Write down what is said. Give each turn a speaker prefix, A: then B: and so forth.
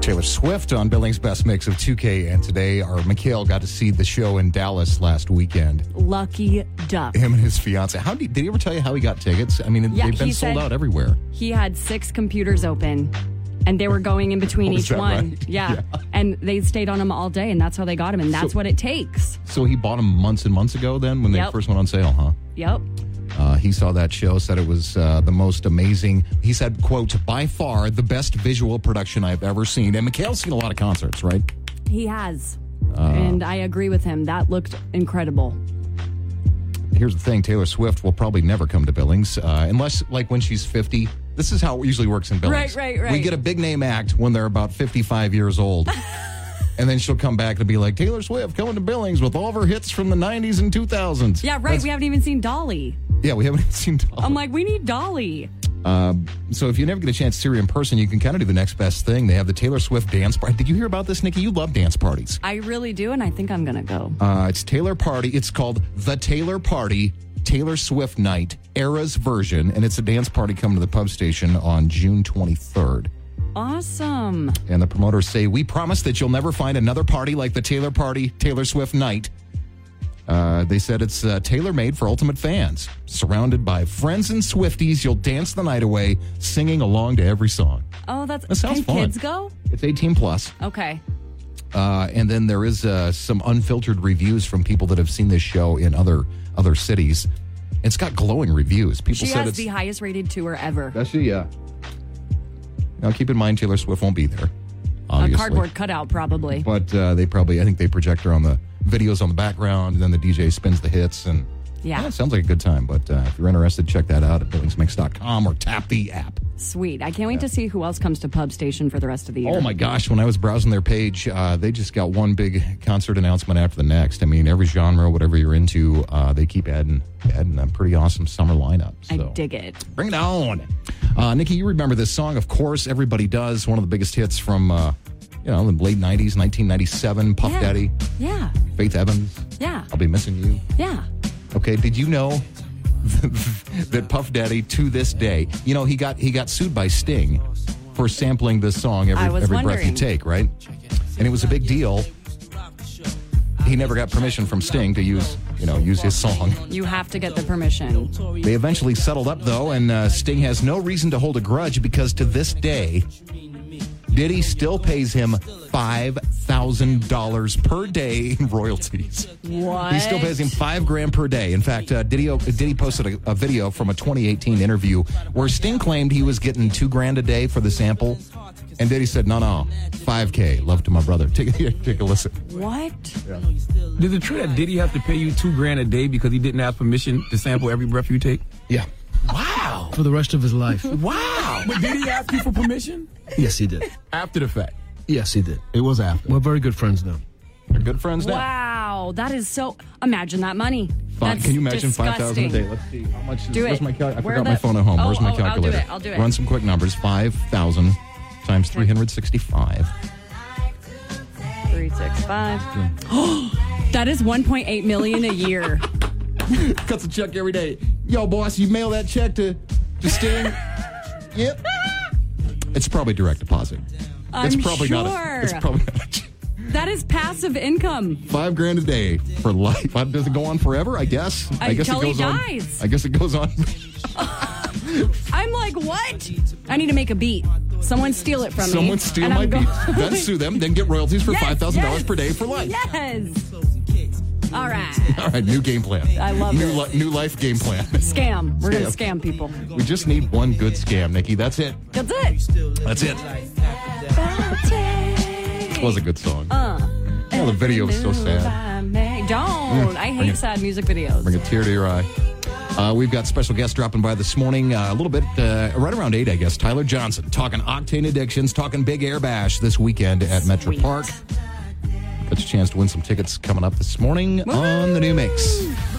A: Taylor Swift on Billings Best Mix of 2K. And today, our Mikhail got to see the show in Dallas last weekend.
B: Lucky duck.
A: Him and his fiance. How did, did he ever tell you how he got tickets? I mean,
B: Yeah,
A: they've been
B: he
A: sold
B: said-
A: out everywhere.
B: He had six computers open and they were going in between
A: Oh, is
B: each
A: that
B: one.
A: right?
B: Yeah.
A: Yeah.
B: And they stayed on him all day and that's how they got him and that's what it takes.
A: So he bought them months and months ago. Then when they
B: Yep.
A: first went on sale, huh?
B: Yep.
A: Uh, he saw that show, said it was uh, the most amazing. He said, "quote By far the best visual production I've ever seen." And Mikhail's seen a lot of concerts, right?
B: He has.
A: Uh.
B: and I agree with him. That looked incredible.
A: Here's the thing: Taylor Swift will probably never come to Billings uh, unless, like, when she's 50. This is how it usually works in Billings.
B: Right, right, right.
A: We get a big name act when they're about 55 years old. And then she'll come back and be like, Taylor Swift coming to Billings with all of her hits from the 90s and 2000s.
B: Yeah, right. Um, we haven't even seen Dolly.
A: Yeah, we haven't even seen Dolly.
B: I'm like, we need Dolly.
A: Um, so if you never get a chance to see her in person, you can kind of do the next best thing. They have the Taylor Swift dance party. Did you hear about this, Nikki? You love dance parties.
B: I really do, and I think I'm gonna go.
A: Uh, it's Taylor Party. It's called the Taylor Party. Taylor Swift Night, Era's version, and it's a dance party coming to the pub station on June 23rd.
B: Awesome.
A: And the promoters say, We promise that you'll never find another party like the Taylor Party, Taylor Swift Night. Uh, they said it's uh, tailor made for ultimate fans. Surrounded by friends and Swifties, you'll dance the night away, singing along to every song.
B: Oh, that's
A: That sounds
B: can
A: fun.
B: kids go?
A: It's 18 plus.
B: Okay.
A: Uh, and then there is uh, some unfiltered reviews from people that have seen this show in other other cities. It's got glowing reviews. People
B: She
A: said
B: has
A: it's
B: the highest rated tour ever.
A: actually yeah. Now keep in mind Taylor Swift won't be there. Obviously.
B: A cardboard cutout, probably.
A: But uh, they probably I think they project her on the videos on the background and then the DJ spins the hits and
B: Yeah.
A: it sounds like a good time. But uh, if you're interested, check that out at billingsmix.com or tap the app.
B: Sweet. I can't wait to see who else comes to Pub Station for the rest of the year.
A: Oh my gosh! When I was browsing their page, uh, they just got one big concert announcement after the next. I mean, every genre, whatever you're into, uh, they keep adding adding a pretty awesome summer lineup.
B: I
A: So
B: dig it.
A: bring it on, uh, Nikki. You remember this song? Of course, everybody does. One of the biggest hits from uh, you know the late '90s, 1997. Puff
B: Yeah.
A: Daddy,
B: Yeah.
A: Faith Evans.
B: Yeah.
A: I'll be missing you.
B: Yeah.
A: Okay, did you know that Puff Daddy to this day, you know, he got he got sued by Sting for sampling this song every
B: I was
A: every breath you
B: wondering.
A: take, right? And it was a big deal. He never got permission from Sting to use, you know, use his song.
B: You have to get the permission.
A: They eventually settled up though, and uh, Sting has no reason to hold a grudge because to this day, Diddy still pays him five thousand dollars per day in royalties.
B: What?
A: He still pays him five grand per day. In fact, uh, Diddy, Diddy posted a, a video from a 2018 interview where Sting claimed he was getting two grand a day for the sample, and Diddy said, "No, no, five k. Love to my brother. Take, take a listen."
B: What?
C: Is it true that Diddy have to pay you two grand a day because he didn't ask permission to sample every breath you take?
A: Yeah,
C: Wow.
D: for the rest of his life.
C: Wow. But did he ask you for permission?
D: yes, he did.
C: After the fact.
D: Yes, he did.
A: it was after.
D: We're very good friends now.
A: They're good friends now.
B: Wow. That is so. Imagine that money.
A: Fine.
B: That's
A: Can you imagine
B: disgusting.
A: five thousand a day? Let's see how much. Is,
B: Do
A: where's
B: it.
A: my cal- I
B: Where
A: forgot
B: the-
A: my phone at home.
B: Oh,
A: where's my
B: oh, I'll do it.
A: calculator?
B: I'll do it.
A: Run some quick numbers. Five thousand times three hundred sixty-five.
B: Three six five. that is 1.8 million a year.
A: Cuts a check every day. Yo, boss, you mail that check to to Sting. yep. It's probably direct deposit. it's
B: I'm
A: probably not.
B: sure.
A: A, it's probably not. A check.
B: that is passive income.
A: Five grand a day for life. Why Does it go on forever? I guess. I, guess
B: Until
A: it
B: he
A: goes
B: dies.
A: on. I guess it goes on.
B: I'm like, what? I need to make a beat. Someone steal it from me.
A: Someone steal
B: And
A: my
B: I'm go-
A: beats. Then sue them. Then get royalties for
B: Yes,
A: five thousand dollars
B: yes,
A: per day for life.
B: Yes. All right.
A: All right, new game plan.
B: I love
A: new
B: it.
A: Li- new life game plan.
B: Scam. We're going to
A: Scam.
B: scam people.
A: We just need one good scam, Nikki. That's it.
B: That's it.
A: That's it. It was a good song.
B: Uh,
A: oh, the video is so sad.
B: Don't. I hate sad music videos.
A: Bring a tear to your eye. Uh, we've got special guests dropping by this morning uh, a little bit, uh, right around 8, I guess. Tyler Johnson talking octane addictions, talking big air bash this weekend at Metro
B: Sweet.
A: Park. Got your chance to win some tickets coming up this morning on the new mix.